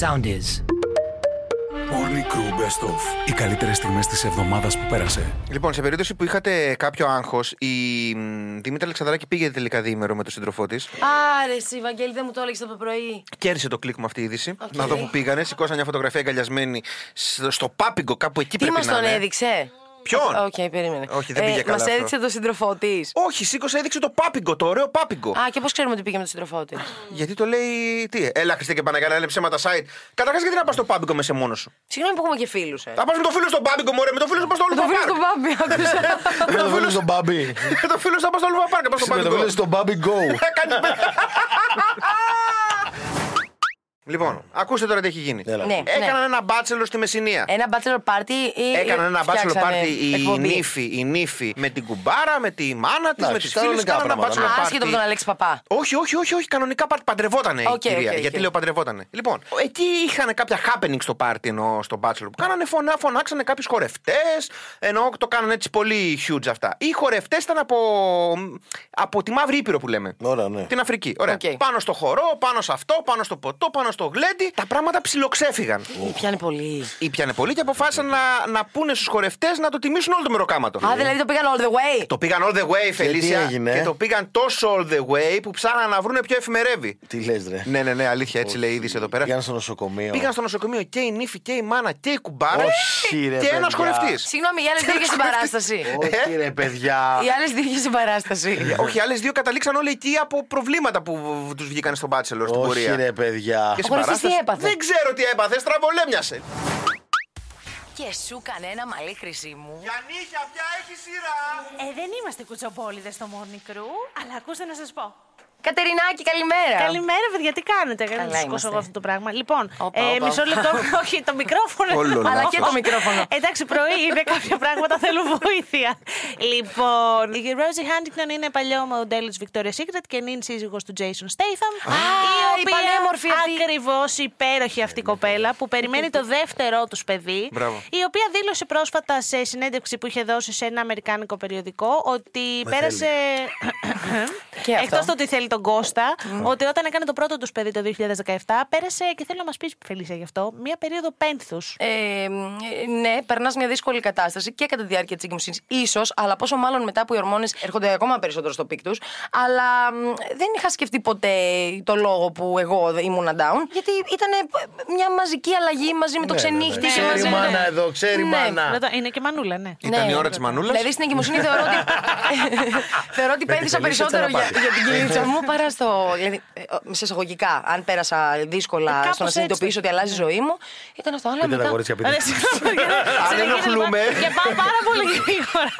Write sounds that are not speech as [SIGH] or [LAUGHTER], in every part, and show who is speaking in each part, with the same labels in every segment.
Speaker 1: sound is.
Speaker 2: Morning Crew Best Of. Οι καλύτερες στιγμές της εβδομάδας που πέρασε.
Speaker 3: Λοιπόν, σε περίπτωση που είχατε κάποιο άγχος, η μ, Δήμητρα Αλεξανδράκη πήγε τελικά διήμερο με τον σύντροφό της.
Speaker 4: Άρε, εσύ, Βαγγέλη, δεν μου το έλεγες από το πρωί.
Speaker 3: Κέρδισε το κλικ με αυτή η είδηση.
Speaker 4: Οκ.
Speaker 3: Να δω που πήγανε. Σηκώσαν μια φωτογραφία αγκαλιασμένη στο, στο πάπιγκο, κάπου εκεί
Speaker 4: Τι
Speaker 3: πρέπει
Speaker 4: μας
Speaker 3: να
Speaker 4: τον
Speaker 3: είναι.
Speaker 4: έδειξε.
Speaker 3: Ποιον?
Speaker 4: Οκ, περίμενε.
Speaker 3: Όχι, δεν πήγε καλά
Speaker 4: Μας
Speaker 3: αυτό.
Speaker 4: έδειξε τον σύντροφό τη.
Speaker 3: Όχι, σήκωσε, έδειξε το πάπιγκο, το ωραίο πάπιγκο.
Speaker 4: Α, και πώς ξέρουμε ότι πήγε με τον σύντροφό τη.
Speaker 3: Γιατί το λέει. Τι, έλα Χριστέ και Παναγιάνα, είναι ψέματα site. Καταρχάς, γιατί να πας στο πάπιγκο με σε μόνος σου.
Speaker 4: Συγγνώμη που έχουμε και φίλους. Ε.
Speaker 3: Θα πας με το φίλο στο πάπιγκο, μωρέ, με το φίλο σου πας στο
Speaker 4: Το
Speaker 3: Λούμπα
Speaker 4: φίλο
Speaker 3: Πάρκ.
Speaker 4: του Μπάμπη,
Speaker 3: [LAUGHS]
Speaker 4: άκουσα.
Speaker 3: Με το φίλο
Speaker 5: στον Μπάμπι.
Speaker 3: Με το φίλο σου θα πας στο Λούμπα Πάρκ, πας στο
Speaker 5: Με το
Speaker 3: πάπιγκο.
Speaker 5: φίλο στον Μπάμπι Go.
Speaker 3: Θα κάνεις πέρα. Λοιπόν, ακούστε τώρα τι έχει γίνει.
Speaker 5: Έλα.
Speaker 4: Ναι,
Speaker 3: Έκαναν
Speaker 4: ναι.
Speaker 3: ένα μπάτσελο στη Μεσσηνία.
Speaker 4: Ένα bachelor party ή.
Speaker 3: Έκαναν ένα μπάτσελο
Speaker 4: φτιάξανε
Speaker 3: πάρτι η
Speaker 4: εκπομπή.
Speaker 3: νύφη, η νύφη με την κουμπάρα, με τη μάνα της, με
Speaker 5: Εντάξει,
Speaker 3: τις φίλες.
Speaker 5: κανονικά
Speaker 3: Κάνανε ένα
Speaker 5: πράγματα. ναι.
Speaker 3: μπάτσελο
Speaker 4: Α,
Speaker 3: πάρτι.
Speaker 4: Άσχετο από τον Αλέξη Παπά.
Speaker 3: Όχι, όχι, όχι, όχι, κανονικά πάρτι. Παντρευότανε
Speaker 4: Οκ,
Speaker 3: η κυρία.
Speaker 4: οκ, οκ.
Speaker 3: γιατί λέω παντρευότανε. Λοιπόν, εκεί είχαν κάποια happening στο πάρτι ενώ στο μπάτσελο που κάνανε φωνά, φωνάξανε κάποιους χορευτές. Ενώ το κάνανε έτσι πολύ huge αυτά. Οι χορευτές ήταν από, από τη Μαύρη Ήπειρο που λέμε.
Speaker 5: Ωραία, ναι.
Speaker 3: Την Αφρική. Ωραία.
Speaker 4: Οκ.
Speaker 3: Πάνω στο χορό, πάνω σε αυτό, πάνω στο ποτό, πάνω στο γλέντι. Τα πράγματα ψιλοξέφυγαν.
Speaker 4: Ή Πιάνει πολύ.
Speaker 3: Ήπιανε πολύ και αποφάσισαν να, να πούνε στους χορευτές να το τιμήσουν όλο το μεροκάματο.
Speaker 4: Α, δηλαδή το πήγαν all the
Speaker 3: [LAUGHS]
Speaker 4: way.
Speaker 3: Το πήγαν all the way, Φελίσια.
Speaker 5: έγινε, ε?
Speaker 3: το πήγαν τόσο all the way που ψάχναν να βρούνε ποιο εφημερεύει.
Speaker 5: Τι λες, ρε.
Speaker 4: Ε.
Speaker 3: Ναι, ναι, ναι, αλήθεια, έτσι λέει η είδηση εδώ πέρα.
Speaker 5: Πήγαν στο νοσοκομείο.
Speaker 3: Πήγαν στο νοσοκομείο και η νύφη και η μάνα και η κουμπάρα
Speaker 5: Όχι, ρε,
Speaker 3: και ένας
Speaker 5: παιδιά.
Speaker 3: χορευτής.
Speaker 4: Συγγνώμη, η άλλη δεν στην
Speaker 3: [LAUGHS]
Speaker 4: παράσταση.
Speaker 5: Όχι, ρε, παιδιά.
Speaker 4: Οι άλλες δεν στην παράσταση.
Speaker 3: Όχι, οι άλλες δύο καταλήξαν όλοι εκεί από προβλήματα που του βγήκαν στον μπάτσελο στην
Speaker 5: Όχι,
Speaker 3: πορεία.
Speaker 5: ρε, παιδιά.
Speaker 3: Και στην
Speaker 4: Ο χορευτής
Speaker 3: παράσταση-
Speaker 4: τι έπαθες?
Speaker 3: Δεν ξέρω τι έπαθες, στραβολέμιασε.
Speaker 4: Και σου έκανε ένα μαλλί χρυσίμου.
Speaker 3: Γιαννίχια, πια έχει σειρά.
Speaker 6: Ε, δεν είμαστε κουτσοπόλιδε στο Morning Crew, αλλά ακούστε να σας πω.
Speaker 4: Κατερινάκη, καλημέρα.
Speaker 6: Καλημέρα, παιδιά, τι κάνετε. Εγώ
Speaker 4: Καλά
Speaker 6: να σηκώσω
Speaker 4: είμαστε.
Speaker 6: εγώ αυτό το πράγμα. Λοιπόν,
Speaker 4: Όπα,
Speaker 6: ε,
Speaker 4: όπα,
Speaker 6: μισό
Speaker 4: όπα.
Speaker 6: [LAUGHS] λεπτό. Όχι, το μικρόφωνο.
Speaker 3: Όλο
Speaker 6: είναι
Speaker 3: λάθος.
Speaker 4: Αλλά και το μικρόφωνο.
Speaker 6: [LAUGHS] Εντάξει, πρωί είναι κάποια πράγματα, θέλω βοήθεια. λοιπόν, η Rosie Huntington είναι παλιό μοντέλο της Victoria's Secret και είναι σύζυγος του Jason Statham.
Speaker 4: η πανέμορφη αυτή.
Speaker 6: Ακριβώς η υπέροχη αυτή κοπέλα που περιμένει το δεύτερό τους παιδί.
Speaker 3: Μπράβο.
Speaker 6: Η οποία δήλωσε πρόσφατα σε συνέντευξη που είχε δώσει σε ένα αμερικάνικο περιοδικό ότι πέρασε.
Speaker 4: Και αυτό.
Speaker 6: Εκτός το ότι θέλει τον Κώστα, ότι όταν έκανε το πρώτο τους παιδί το 2017, πέρασε και θέλω να μας πεις, Φελίσια, γι' αυτό, μία περίοδο πένθους.
Speaker 4: Ε, μ, ε, ναι, περνάς μια δύσκολη κατάσταση και κατά τη διάρκεια της εγκυμοσύνης, ίσως, αλλά πόσο μάλλον μετά που οι ορμόνες έρχονται ακόμα περισσότερο στο πικ τους. Αλλά μ, δεν είχα σκεφτεί ποτέ το λόγο που εγώ ήμουν down, γιατί ήταν ε, μια μαζική αλλαγή μαζί με το ξενύχτη.
Speaker 5: Ναι, Ξέρει
Speaker 4: μαζί με-
Speaker 5: μάνα εδώ, ξέρει
Speaker 4: Ναι.
Speaker 5: μάνα.
Speaker 6: Είναι και μανούλα, ναι.
Speaker 3: Ήταν
Speaker 4: Ναι.
Speaker 3: η ώρα της μανούλας.
Speaker 4: Δηλαδή στην εγκυμοσύνη θεωρώ
Speaker 5: [LAUGHS]
Speaker 4: ότι, θεωρώ ότι πέθυσα
Speaker 5: Φελίσια
Speaker 4: περισσότερο για,
Speaker 5: Τσαραπάτη.
Speaker 4: για την κυλίτσα μου παρά στο. Δηλαδή, ε, ε, σε εισαγωγικά, αν πέρασα
Speaker 5: Ε,
Speaker 4: δύσκολα
Speaker 6: κάπως
Speaker 4: στο να
Speaker 6: έτσι.
Speaker 4: συνειδητοποιήσω ότι αλλάζει η ζωή μου, ήταν αυτό. Αλλά
Speaker 5: Πείτε τα
Speaker 4: μετά.
Speaker 5: κορίτσια, πείτε.
Speaker 6: Ωραία, συγγνώμη, γιατί-
Speaker 3: δεν ενοχλούμε.
Speaker 6: Και πάω πάρα πολύ γρήγορα.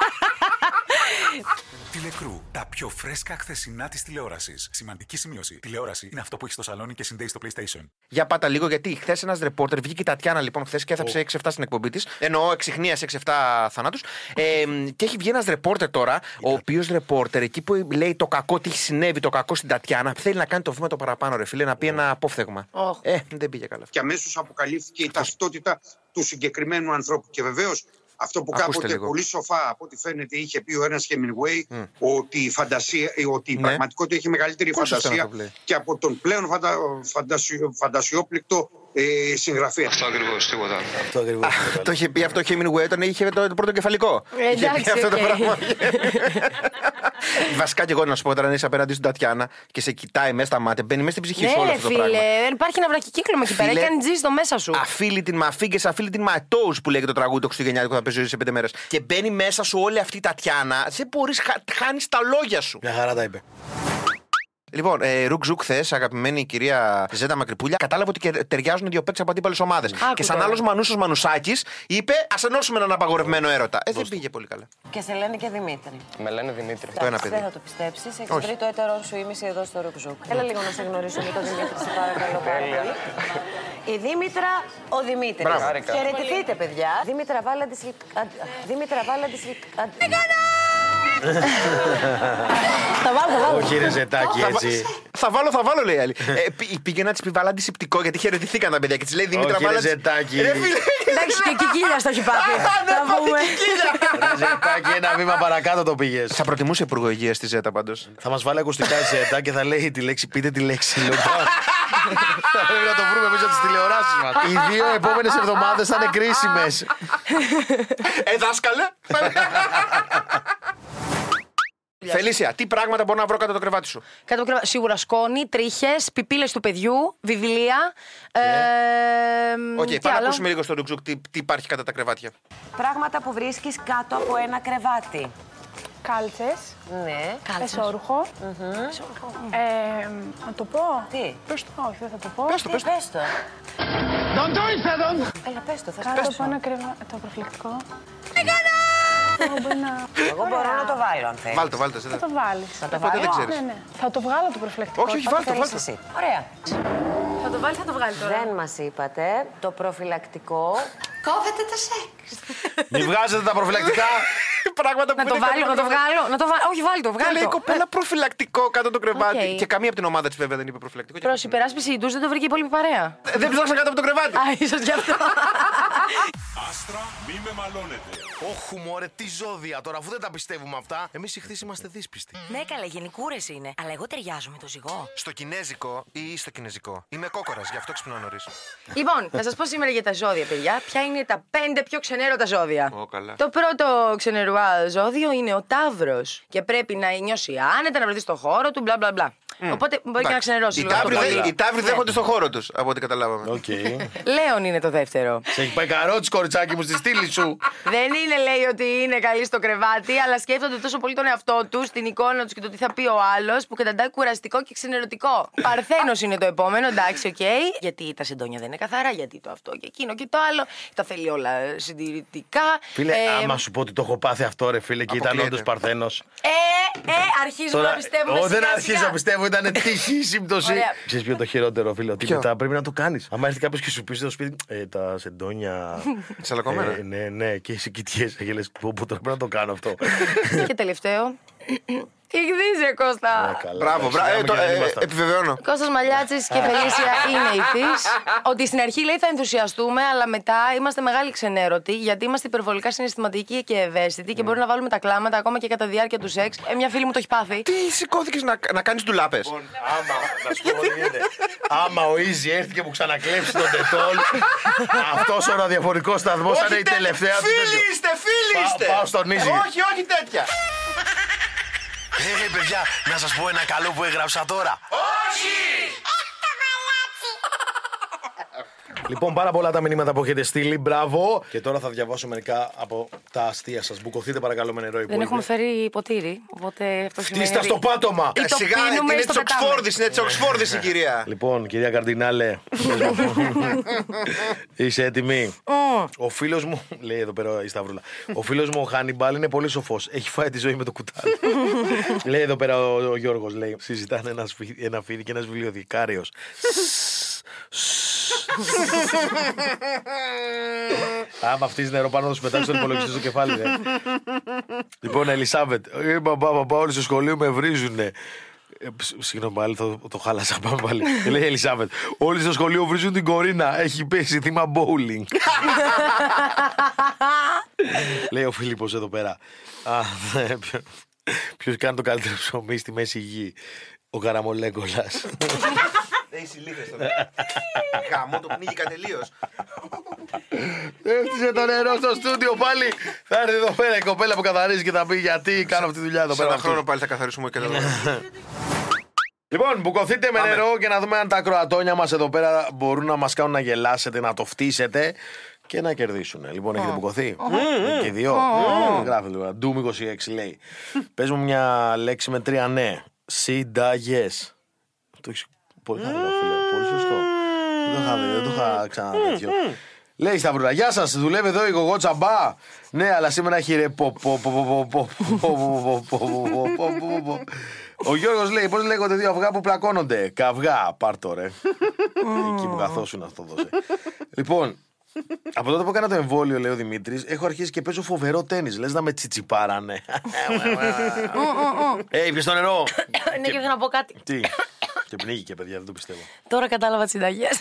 Speaker 2: Τηλεκρού. Τα πιο φρέσκα χθεσινά της τηλεόρασης. Σημαντική σημείωση. Τηλεόραση είναι αυτό που έχεις στο σαλόνι και συνδέεις στο PlayStation.
Speaker 3: Για πάτα λίγο, γιατί χθες ένας ρεπόρτερ βγήκε η Τατιάνα λοιπόν χθες και έθαψε 6-7 στην εκπομπή της. Εννοώ εξυχνία 6-7 θανάτους. Ε, μ, και έχει βγει ένας ρεπόρτερ τώρα, ο οποίος ρεπόρτερ εκεί που λέει το κακό, τι έχει συνέβη, το κακό στην Τατιάνα, θέλει να κάνει το βήμα το παραπάνω, ρε φίλε, να πει ένα απόφθεγμα.
Speaker 4: Οχ.
Speaker 3: Ε, δεν πήγε καλά. αυτό.
Speaker 7: και αμέσως αποκαλύφθηκε η ταυτότητα του συγκεκριμένου ανθρώπου. Και βεβαίως αυτό που
Speaker 3: Ακούστε
Speaker 7: κάποτε
Speaker 3: λίγο.
Speaker 7: πολύ σοφά από ό,τι φαίνεται είχε πει ο ένας Hemingway ότι η, φαντασία, ε, ότι η
Speaker 3: Ναι.
Speaker 7: πραγματικότητα έχει μεγαλύτερη
Speaker 3: Πόσο σωστά να
Speaker 7: φαντασία
Speaker 3: το λέει.
Speaker 7: και από τον πλέον φαντα, φαντασιο- φαντασιόπληκτο ε, συγγραφέα.
Speaker 8: Αυτό ακριβώς, τίποτα.
Speaker 5: Αυτό ακριβώς.
Speaker 3: Το είχε πει αυτό ο Hemingway όταν είχε το, το πρώτο κεφαλικό.
Speaker 4: Ε,
Speaker 3: Είχε πει
Speaker 4: εντάξει,
Speaker 3: αυτό το
Speaker 4: οκ.
Speaker 3: [LAUGHS] πράγμα. Βασικά και εγώ να σου πω, όταν είσαι απέναντί στην Τατιάνα και σε κοιτάει μέσα στα μάτια, μπαίνει μέσα στην ψυχή σου όλο
Speaker 4: Ναι,
Speaker 3: αυτό το πράγμα.
Speaker 4: φίλε, δεν υπάρχει ένα βραχικύκλωμα εκεί πέρα.
Speaker 3: Φίλε,
Speaker 4: Έκανε τζι στο μέσα σου.
Speaker 3: Αφίλητην μαφίγκε, αφίλητην ματόου που λέγεται το τραγούδι το Χριστουγεννιάτικο που θα παίζει σε πέντε μέρες. Και μπαίνει μέσα σου όλη αυτή η Τατιάνα, δεν μπορεί, χάνεις τα λόγια σου.
Speaker 5: Μια χαρά τα είπε.
Speaker 3: Λοιπόν, ε, Ρουκ Ζουκ, χθες, αγαπημένη η κυρία Ζέτα Μακρυπούλια, κατάλαβε ότι και- ταιριάζουν οι δύο παίκτες από αντίπαλες ομάδες.
Speaker 4: Άκου
Speaker 3: Και σαν
Speaker 4: τώρα.
Speaker 3: άλλος Μανούσος Μανουσάκης, είπε Ας ενώσουμε έναν απαγορευμένο έρωτα. Ε, δεν πήγε πολύ καλά.
Speaker 9: Και σε λένε και Δημήτρη.
Speaker 8: Με λένε Δημήτρη.
Speaker 3: Το ένα
Speaker 9: Δεν
Speaker 3: παιδί.
Speaker 9: θα το πιστέψεις. Έχεις
Speaker 3: Όχι.
Speaker 9: βρει το έτερό σου ήμιση εδώ στο Ρουκζούκ. Έλα λίγο να σε γνωρίσω με τον Δημήτρη, σε παρακαλώ πάρα πολύ. Η Δήμητρα, ο Δημήτρης.
Speaker 8: Χάρηκα.
Speaker 9: Χαιρετηθείτε, παιδιά. Δήμητρα, βάλε αντισλικ... αν- Δήμητρα, βάλε αντισλικ...
Speaker 3: [LAUGHS]
Speaker 9: αν-
Speaker 4: Τα βάλω, τα βάλω.
Speaker 5: Όχι, ρε ζετάκι
Speaker 3: Θα, βα-
Speaker 5: έτσι.
Speaker 3: θα βάλω, θα βάλω, λέει η άλλη. ε, πή- πήγε να της πει βάλα αντισηπτικό γιατί χαιρετηθήκαν τα παιδιά και της λέει Δημήτρα
Speaker 5: Όχι, ρε
Speaker 3: βάλα. αντι-
Speaker 5: Ζετάκι.
Speaker 3: Ρε φίλε,
Speaker 4: Εντάξει, και εκεί κύλια το έχει πάθει.
Speaker 3: δεν
Speaker 4: Θα πούμε.
Speaker 5: Ρε ζετάκι, ένα βήμα παρακάτω το πήγες.
Speaker 3: Θα προτιμούσε υπουργό υγείας τη ΖΕΤΑ πάντως.
Speaker 5: Θα μας βάλει ακουστικά η ζέτα και θα λέει τη λέξη, πείτε τη λέξη. λοιπόν. Θα πρέπει να το βρούμε μέσα από τις τηλεοράσεις μας. Οι δύο επόμενες εβδομάδες θα είναι κρίσιμες.
Speaker 3: Ε,
Speaker 4: [LAUGHS]
Speaker 3: δάσκαλε. Φελίσια, τι πράγματα μπορώ να βρω κάτω από το κρεβάτι σου.
Speaker 4: Κάτω από το κρεβά- Σίγουρα σκόνη, τρίχες, πιπίλες του παιδιού, βιβλία. Ε, μ,
Speaker 3: Οκ,
Speaker 4: τι
Speaker 3: πάμε να
Speaker 4: άλλο?
Speaker 3: ακούσουμε λίγο στο Ρουξουκ τι, τι υπάρχει κατά τα κρεβάτια.
Speaker 9: Πράγματα που βρίσκεις κάτω από ένα κρεβάτι.
Speaker 1: Κάλτσες.
Speaker 9: Ναι.
Speaker 1: Εσόρουχο. Ε, να το πω.
Speaker 9: Τι?
Speaker 1: Πες το, όχι, δεν θα το πω.
Speaker 3: Πες το, πες το.
Speaker 9: Πες το. Έλα, πες το, θα σου
Speaker 1: Κάτω
Speaker 9: πέσω.
Speaker 1: από ένα κρεβάτι. Το προφυλακτικό.
Speaker 9: Εγώ μπορώ να το βάλω
Speaker 4: ε,
Speaker 9: αν θέλεις.
Speaker 3: Βάλτε το, βάλτε. το,
Speaker 1: Θα
Speaker 3: δεν-
Speaker 1: το βάλει.
Speaker 9: Να το
Speaker 3: Ποτέ
Speaker 9: βάλω.
Speaker 3: δεν
Speaker 1: Ναι,
Speaker 3: ξέρεις.
Speaker 1: ναι. Θα το βγάλω το προφυλακτικό.
Speaker 3: Όχι, όχι,
Speaker 1: Θα
Speaker 3: βάλτε το,
Speaker 9: Θέλεις
Speaker 3: βάλτε. το.
Speaker 9: εσύ. Ωραία.
Speaker 8: Θα το βάλεις, θα το βγάλει τώρα.
Speaker 9: Δεν μας είπατε το προφυλακτικό.
Speaker 8: Κόβεται το σεξ.
Speaker 5: Μην βγάζετε τα προφυλακτικά.
Speaker 3: [LAUGHS] Πράγματα που
Speaker 4: Να το
Speaker 3: είναι
Speaker 4: βάλω,
Speaker 3: κάτω
Speaker 4: να
Speaker 3: από
Speaker 4: το βγάλω. Να το βάλω. Όχι, βάλει το,
Speaker 3: Και
Speaker 4: βγάλει
Speaker 3: λέει η
Speaker 4: το.
Speaker 3: κοπέλα προφυλακτικό κάτω από το κρεβάτι.
Speaker 4: Οκ.
Speaker 3: Και καμία από την ομάδα της βέβαια δεν είπε προφυλακτικό.
Speaker 4: Προς υπεράσπιση τους δεν το βρήκε η υπόλοιπη
Speaker 3: [LAUGHS]
Speaker 4: παρέα.
Speaker 3: Ε, Δεν ψάξα κάτω από το κρεβάτι.
Speaker 4: Α, ίσως γι' αυτό.
Speaker 10: Άστρα, μη με μαλώνετε.
Speaker 5: Όχι, μωρέ, τι ζώδια τώρα, αφού δεν τα πιστεύουμε αυτά. Εμείς οι χθε είμαστε δύσπιστοι.
Speaker 9: Ναι, καλά, γενικούρες είναι. Αλλά εγώ ταιριάζω με το ζυγό.
Speaker 3: Στο κινέζικο ή στο κινέζικο. Είμαι κόκορας, γι' αυτό ξυπνάω νωρίς.
Speaker 4: λοιπόν, θα σας πω σήμερα για τα ζώδια, παιδιά. Ποια είναι τα πέντε πιο ξενέρωτα ζώδια.
Speaker 3: Ω, καλά.
Speaker 4: Το πρώτο ξενερουά ζώδιο είναι ο Ταύρος. Και πρέπει να νιώσει άνετα, να βρεθεί στο χώρο του, μπλα μπλα μπλα.
Speaker 3: Ε,
Speaker 4: Οπότε μπορεί και να ξενερώσει λίγο. το πρωί.
Speaker 3: Οι τάβροι
Speaker 4: Ναι.
Speaker 3: δέχονται στον χώρο τους, από ό,τι καταλάβαμε.
Speaker 5: Οκ. Σε
Speaker 4: Λέων είναι το δεύτερο.
Speaker 5: έχει πάει καρότσι, κοριτσάκι μου, στη στήλη σου.
Speaker 4: Δεν είναι, λέει, ότι είναι καλή στο κρεβάτι, αλλά σκέφτονται τόσο πολύ τον εαυτό τους, την εικόνα τους και το τι θα πει ο άλλος, που καταντάει κουραστικό και ξενερωτικό. Παρθένος είναι το επόμενο, εντάξει, οκ. Γιατί τα συντόνια δεν είναι καθαρά, γιατί το αυτό και εκείνο και το άλλο. Τα θέλει όλα συντηρητικά.
Speaker 5: Φίλε,
Speaker 4: Ε,
Speaker 5: άμα σου πω ότι το έχω πάθει αυτό, ρε φίλε, και ήταν
Speaker 3: Αποκλείεται.
Speaker 5: όντο Παρθένος.
Speaker 4: Ε, ε, αρχίζουμε να πιστεύουμε.
Speaker 5: Ω, ε, δεν
Speaker 4: σιγά-σιγά.
Speaker 5: αρχίζω να πιστεύω, ήταν τυχή η σύμπτωση.
Speaker 4: Ωραία.
Speaker 5: Ξέρεις ποιο είναι το χειρότερο, φίλε. Ότι
Speaker 3: Ποιο?
Speaker 5: μετά πρέπει να το κάνεις. Άμα έρθει κάποιος και σου πεις στο σπίτι, ε, τα
Speaker 3: [LAUGHS]
Speaker 5: σεντόνια.
Speaker 3: Τσαλακωμένα.
Speaker 5: Ε, ναι, ναι, και εσύ κοιτιέσαι και λες, πού πού, τώρα πρέπει να το κάνω
Speaker 3: [LAUGHS]
Speaker 5: αυτό.
Speaker 4: και τελευταίο.
Speaker 5: [CLEARS THROAT]
Speaker 4: Υγδίζε, Κώστα.
Speaker 3: Μπράβο, μπράβο. Ε, το- ε, Επιβεβαιώνω.
Speaker 4: Κώστας Μαλιάτσης και Φελίσια είναι η της. Ότι στην αρχή λέει θα ενθουσιαστούμε, αλλά μετά είμαστε μεγάλοι ξενέρωτοι, γιατί είμαστε υπερβολικά συναισθηματικοί και ευαίσθητοι
Speaker 3: Ναι.
Speaker 4: και μπορεί να βάλουμε τα κλάματα ακόμα και κατά διάρκεια του σεξ. Ε, μια φίλη μου το έχει πάθει.
Speaker 3: Τι σηκώθηκες να, να κάνεις ντουλάπες.
Speaker 5: Άμα, να σου πω τι είναι. Άμα ο Ιζη έρθει και μου ξανακλέψει τον τετόλ,
Speaker 3: [LAUGHS]
Speaker 5: αυτός ο ραδιοφωνικός σταθμός θα είναι η τελευταία του.
Speaker 3: Φίλοι
Speaker 5: τέτοιο.
Speaker 3: είστε, φίλοι
Speaker 5: Πα-
Speaker 3: είστε.
Speaker 5: πάω στον Ιζη.
Speaker 3: Όχι, όχι τέτοια.
Speaker 5: Ε, παιδιά, να σας πω ένα καλό που έγραψα τώρα. Λοιπόν, πάρα πολλά τα μηνύματα που έχετε στείλει. Μπράβο. Και τώρα θα διαβάσω μερικά από τα αστεία σας. Μπουκωθείτε παρακαλώ με νερό,
Speaker 4: Δεν έχουμε φέρει ποτήρι, οπότε αυτό σημαίνει.
Speaker 5: Φτύστα
Speaker 4: ότι-
Speaker 5: στο πάτωμα.
Speaker 4: Ή Ε, το
Speaker 3: Ε, Σιγά, είναι
Speaker 4: πίνουμε ή
Speaker 3: τη
Speaker 4: το πετάμε.
Speaker 3: Οξφόρδης, είναι τη Οξφόρδης η κυρία.
Speaker 5: Λοιπόν, κυρία Καρδινάλε, είσαι έτοιμη. Ο φίλος μου, λέει εδώ πέρα η Σταυρούλα, ο φίλος μου ο Χάνιμπαλ είναι πολύ σοφός. Έχει φάει τη ζωή με το κουτάλι. λέει εδώ πέρα ο, ο Γιώργος, λέει, συζητάνε ένα, φι- ένα φίλο και ένας βιβλιοθηκάριος. Άμα αυτή νερό πάνω, θα σου πετάξει τον υπολογιστή στο κεφάλι. ρε. λοιπόν, Ελισάβετ, ε, μπαμπά, μπαμπά, όλοι στο σχολείο με βρίζουνε. Ε, ψ, Συγγνώμη, πάλι το, το χάλασα. Πάμε πάλι. Ε, Λέει η Ελισάβετ. Όλοι στο σχολείο βρίζουν την Κορίνα. Έχει πέσει θύμα [LAUGHS] bowling. Λέει ο Φίλιππος εδώ πέρα. Α, ναι, ποιο- ποιος κάνει το καλύτερο ψωμί στη μέση γη. Ο Καραμολέγκολας. [LAUGHS]
Speaker 3: Έχει λίγε τώρα. Γαμό το πνίγηκα τελείως.
Speaker 5: Έφτιαξε το νερό στο στούντιο πάλι. Θα έρθει εδώ πέρα η κοπέλα που καθαρίζει και θα πει γιατί κάνω αυτή τη δουλειά εδώ
Speaker 3: Σε
Speaker 5: πέρα.
Speaker 3: ένα χρόνο πάλι θα καθαρίσουμε και εδώ.
Speaker 5: Λοιπόν, μπουκωθείτε με
Speaker 3: Πάμε.
Speaker 5: νερό και να δούμε αν τα ακροατόνια μας εδώ πέρα μπορούν να μας κάνουν να γελάσετε, να το φτύσετε και να κερδίσουν. Λοιπόν, έχετε μπουκωθεί. Και οι δύο. Μμμ. Γράφει λίγο. Ντουμ 26 λέει. Πες μου μια λέξη με τρία ναι. Συνταγές. Το έχεις πολύ καλό, φίλε. Πολύ σωστό. Δεν το είχα δει, δεν το είχα ξανά τέτοιο. Λέει η Σταυρούλα, γεια σας, δουλεύει εδώ η γογό τσαμπά. Ναι, αλλά σήμερα έχει ρε πο πο πο πο πο πο πο πο πο πο πο πο πο πο. Ο Γιώργος λέει, πώς λέγονται δύο αυγά που πλακώνονται. Καυγά, πάρ' το ρε. Εκεί που καθόσουν αυτό δώσε. Λοιπόν, από τότε που έκανα το εμβόλιο, λέει ο Δημήτρης, έχω αρχίσει και παίζω φοβερό τέννη. Λες να με τσιτσιπάρανε. Ε, πιες το νερό.
Speaker 4: Ναι, και θέλω να πω κάτι.
Speaker 5: Τι. Και πνίγηκε, παιδιά, δεν το πιστεύω.
Speaker 4: Τώρα κατάλαβα τις συνταγές.
Speaker 3: [LAUGHS]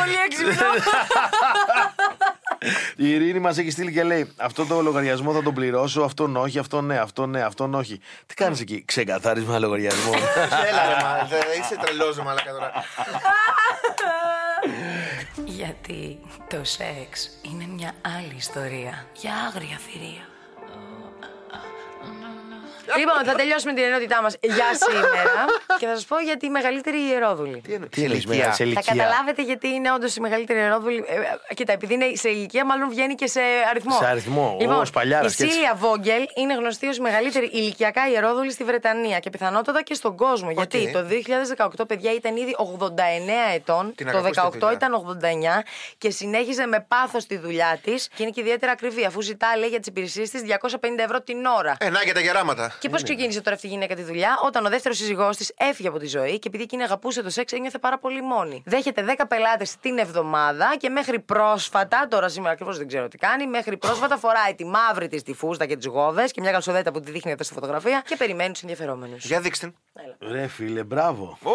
Speaker 4: Πολύ έξυπνο.
Speaker 5: Η Ειρήνη μας έχει στείλει και λέει: Αυτό το λογαριασμό θα τον πληρώσω, αυτόν όχι, αυτόν ναι, αυτόν ναι, αυτόν όχι. Τι κάνεις εκεί, ξεκαθάρισμα λογαριασμό.
Speaker 3: [LAUGHS] Έλα ρε μα, δε- είσαι τρελός ρε μαλάκα τώρα.
Speaker 11: Γιατί το σεξ είναι μια άλλη ιστορία. Για άγρια θηρία.
Speaker 4: Λοιπόν, θα τελειώσουμε την ενότητά μας για σήμερα και θα σας πω για τη μεγαλύτερη ιερόδουλη.
Speaker 5: Τι εννοείς με- σε
Speaker 4: Θα
Speaker 5: ηλικία.
Speaker 4: καταλάβετε γιατί είναι όντως η μεγαλύτερη ιερόδουλη. Ε, ε, κοίτα, επειδή είναι σε ηλικία, μάλλον βγαίνει και σε αριθμό. Λοιπόν,
Speaker 5: Σε αριθμό, ο
Speaker 4: η
Speaker 5: Σπαλιάρας και έτσι.
Speaker 4: Σίλια Βόγγελ είναι γνωστή ως μεγαλύτερη ηλικιακά ιερόδουλη στη Βρετανία και πιθανότατα και στον κόσμο. Γιατί το 2018, παιδιά, ήταν ήδη 89 ετών,
Speaker 11: Την
Speaker 4: το
Speaker 11: αγαπώ στη
Speaker 4: 18
Speaker 11: δουλειά.
Speaker 4: ήταν 89 και συνέχιζε με πάθος τη δουλειά της και είναι και ιδιαίτερα ακριβή, αφού ζητά, λέει, για τις υπηρεσίες της 250 ευρώ την ώρα.
Speaker 3: Ε, να και τα γεράματα.
Speaker 4: Και πώς ξεκίνησε τώρα αυτή η γυναίκα τη δουλειά, όταν ο δεύτερος σύζυγός της έφυγε από τη ζωή και επειδή εκείνη αγαπούσε το σεξ, ένιωθε πάρα πολύ μόνη. Δέχεται 10 πελάτες την εβδομάδα και μέχρι πρόσφατα, τώρα σήμερα ακριβώς δεν ξέρω τι κάνει, μέχρι πρόσφατα φοράει τη μαύρη της τη φούστα και τις γόβε και μια καλσοδέτα που τη δείχνει εδώ στη φωτογραφία και περιμένει τους ενδιαφερόμενους.
Speaker 3: Για δείξτε.
Speaker 5: Ρε φίλε, μπράβο.
Speaker 3: Ω!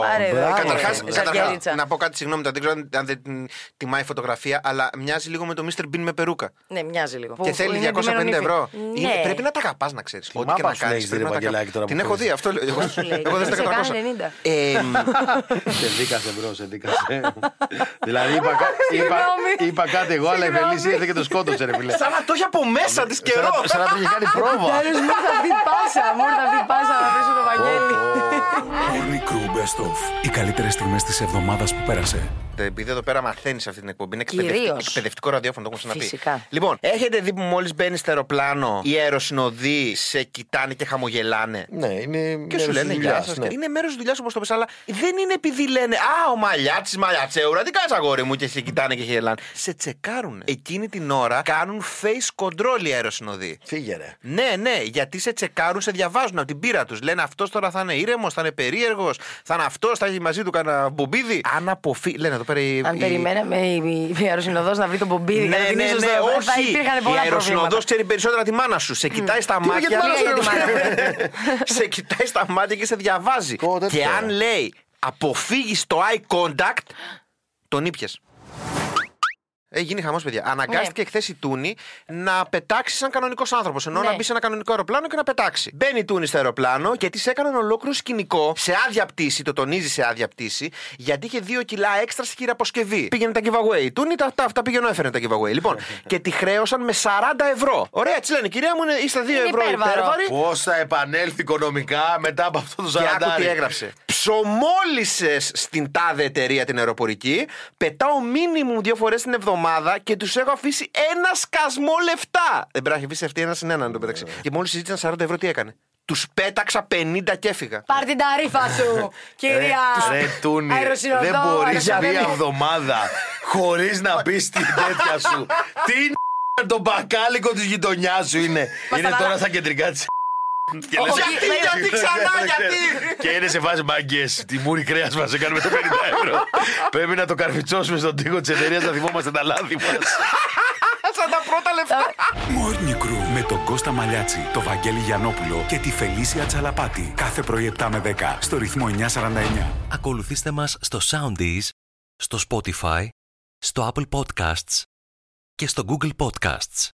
Speaker 4: Πάρε εδώ,
Speaker 3: Μπράβο.
Speaker 4: κύριε
Speaker 3: Ε, Καταρχάς,
Speaker 4: Ζαργέριτσα.
Speaker 3: καταρχάς, να πω κάτι, συγγνώμη, δεν ξέρω αν- αν δεν την τιμάει η φωτογραφία, αλλά μοιάζει λίγο με το Mr. Bean με περούκα.
Speaker 4: Ναι, μοιάζει λίγο.
Speaker 3: και
Speaker 4: Που-
Speaker 3: θέλει
Speaker 4: είναι επιμένο
Speaker 3: 250
Speaker 4: νύφι.
Speaker 3: ευρώ.
Speaker 4: Ναι.
Speaker 3: Είναι- πρέπει να τα αγαπάς, να ξέρεις. Ό,τι και
Speaker 5: μάπα
Speaker 3: να
Speaker 5: σου
Speaker 3: κάνει.
Speaker 5: λέει, ρε Βαγγελάκη, τώρα
Speaker 3: Την
Speaker 5: που
Speaker 3: έχω
Speaker 5: πες.
Speaker 3: δει, αυτό λέω. Εγώ,
Speaker 4: Σου λέει,
Speaker 3: εγώ δεν
Speaker 4: σε
Speaker 3: στα
Speaker 4: κάνει
Speaker 3: κατακόσα.
Speaker 4: 90.
Speaker 3: Ε,
Speaker 5: σε δίκασε, μπρος, σε δίκασε. δηλαδή είπα, κά- είπα,
Speaker 4: Συγγνώμη.
Speaker 5: είπα κάτι εγώ, αλλά η
Speaker 4: Συγγνώμη.
Speaker 5: Βελίση ήρθε και το σκότωσε, ρε φίλε.
Speaker 3: Σαν να το έχει από μέσα της
Speaker 5: Σαν
Speaker 3: καιρό.
Speaker 5: να- Σαν να του είχε κάνει πρόβα.
Speaker 4: Τέλος, μου ήρθε αυτή η πάσα, μου ήρθε αυτή η πάσα να πέσω το Βαγγέλη.
Speaker 2: Morning Crew Best Of. Οι καλύτερες στιγμές της εβδομάδας που πέρασε.
Speaker 3: Ε, Επειδή εδώ πέρα μαθαίνεις αυτή την εκπομπή, είναι εκπαιδευτικό,
Speaker 4: Κυρίως.
Speaker 3: εκπαιδευτικό ραδιόφωνο, το έχουμε ξαναπεί.
Speaker 4: Φυσικά.
Speaker 3: Λοιπόν, έχετε δει που μόλις μπαίνει στο αεροπλάνο, οι αεροσυνοδοί σε κοιτάνε και χαμογελάνε.
Speaker 5: Ναι, είναι.
Speaker 3: Και σου λένε Γεια
Speaker 5: ναι.
Speaker 3: σα. Είναι μέρος της δουλειάς όπως το πες, αλλά δεν είναι επειδή λένε Α, ο Μαλιάτσι, Μαλιατσέουρα, τι κάνεις αγόρι μου και σε κοιτάνε και γελάνε. Σε τσεκάρουνε. Εκείνη την ώρα κάνουν face control οι αεροσυνοδοί.
Speaker 5: Φύγε, ρε.
Speaker 3: Ναι, ναι, γιατί σε τσεκάρουν, σε διαβάζουν από την πείρα τους. Λένε αυτός τώρα θα είναι ήρεμος, θα είναι περίεργος, θα είναι αυτός, θα έχει μαζί του κανένα μπομπίδι. Αν αποφύγει. Λένε εδώ πέρα οι.
Speaker 4: Αν
Speaker 3: οι-
Speaker 4: περιμέναμε η, η αεροσυνοδός να βρει τον πομπίδι
Speaker 3: ναι,
Speaker 4: και να
Speaker 3: ναι,
Speaker 4: την
Speaker 3: ναι,
Speaker 4: ίσω θα
Speaker 3: όχι.
Speaker 4: υπήρχαν
Speaker 3: Η
Speaker 4: πολλά
Speaker 3: αεροσυνοδός
Speaker 4: προβλήματα.
Speaker 3: ξέρει περισσότερα τη μάνα σου. Σε κοιτάει στα
Speaker 4: Τι
Speaker 3: μάτια.
Speaker 4: είπε για τη μάνα σου,
Speaker 3: Ναι,
Speaker 4: ρε.
Speaker 3: ναι. [LAUGHS] σε κοιτάει στα μάτια και σε διαβάζει.
Speaker 5: Ω, τέτοιο.
Speaker 3: Και αν λέει αποφύγεις το eye contact, τον ήπια. Ε, γίνει χαμός, παιδιά.
Speaker 4: Ναι.
Speaker 3: Αναγκάστηκε χθες η Τούνη να πετάξει σαν κανονικός άνθρωπος. Ενώ
Speaker 4: Ναι.
Speaker 3: να μπει σε ένα κανονικό αεροπλάνο και να πετάξει. Μπαίνει η Τούνη στο αεροπλάνο και της έκαναν ολόκληρο σκηνικό σε άδεια πτήση, το τονίζει σε άδεια πτήση, γιατί είχε δύο κιλά έξτρα στη χειραποσκευή. Πήγαινε τα giveaway. Η Τούνη τα, τα, αυτά πήγαινε, έφερε τα giveaway.
Speaker 4: [LAUGHS]
Speaker 3: Λοιπόν, και τη χρέωσαν με 40 ευρώ. Ωραία, έτσι λένε, κυρία μου, είναι- είστε 2
Speaker 4: Είναι
Speaker 3: ευρώ
Speaker 4: υπέρβαρο.
Speaker 3: υπέρβαροι.
Speaker 5: Πώς θα επανέλθει οικονομικά μετά από αυτό το
Speaker 3: Και άκου
Speaker 5: ζαραντάρι.
Speaker 3: τι έγραψε. Ψωμόλισε στην τάδε εταιρεία την αεροπορική, πετάω μήνυμου δύο φορές την εβδομάδα και τους έχω αφήσει ένα σκασμό λεφτά. Δεν πρέπει να έχει αφήσει αυτή ένας συν έναν το μεταξύ. Και μόλις συζήτησαν 40 ευρώ, τι έκανε. Τους πέταξα 50 και έφυγα.
Speaker 4: Πάρ την ταρίφα σου, κυρία
Speaker 5: Ε, Ρε Τούνη,
Speaker 4: αεροσυνοδό,
Speaker 5: δεν μπορείς
Speaker 4: αεροσυνοδό.
Speaker 5: μία εβδομάδα χωρίς να πεις την τέτοια σου. Τι το μπακάλικο της γειτονιάς σου είναι. Είναι τώρα στα κεντρικά της. Και λες,
Speaker 4: Όχι,
Speaker 5: «Γιατί,
Speaker 4: βέβαια.
Speaker 5: γιατί, ξανά, γιατί». Και είναι σε φάση μαγκέ. Τη μούρη κρέας μας έκανε με τα 50 ευρώ. Πρέπει να το καρφιτσώσουμε στον τοίχο της εταιρείας να θυμόμαστε τα λάθη μας.
Speaker 3: Σαν τα πρώτα λεφτά.
Speaker 2: Morning Crew με τον Κώστα Μαλιάτσι, τον Βαγγέλη Γιανόπουλο και τη Φελίσια Τσαλαπάτη. Κάθε πρωί 7 με 10 στο ρυθμό 949.
Speaker 12: Ακολουθήστε μας στο Soundees, στο Spotify, στο Apple Podcasts και στο Google Podcasts.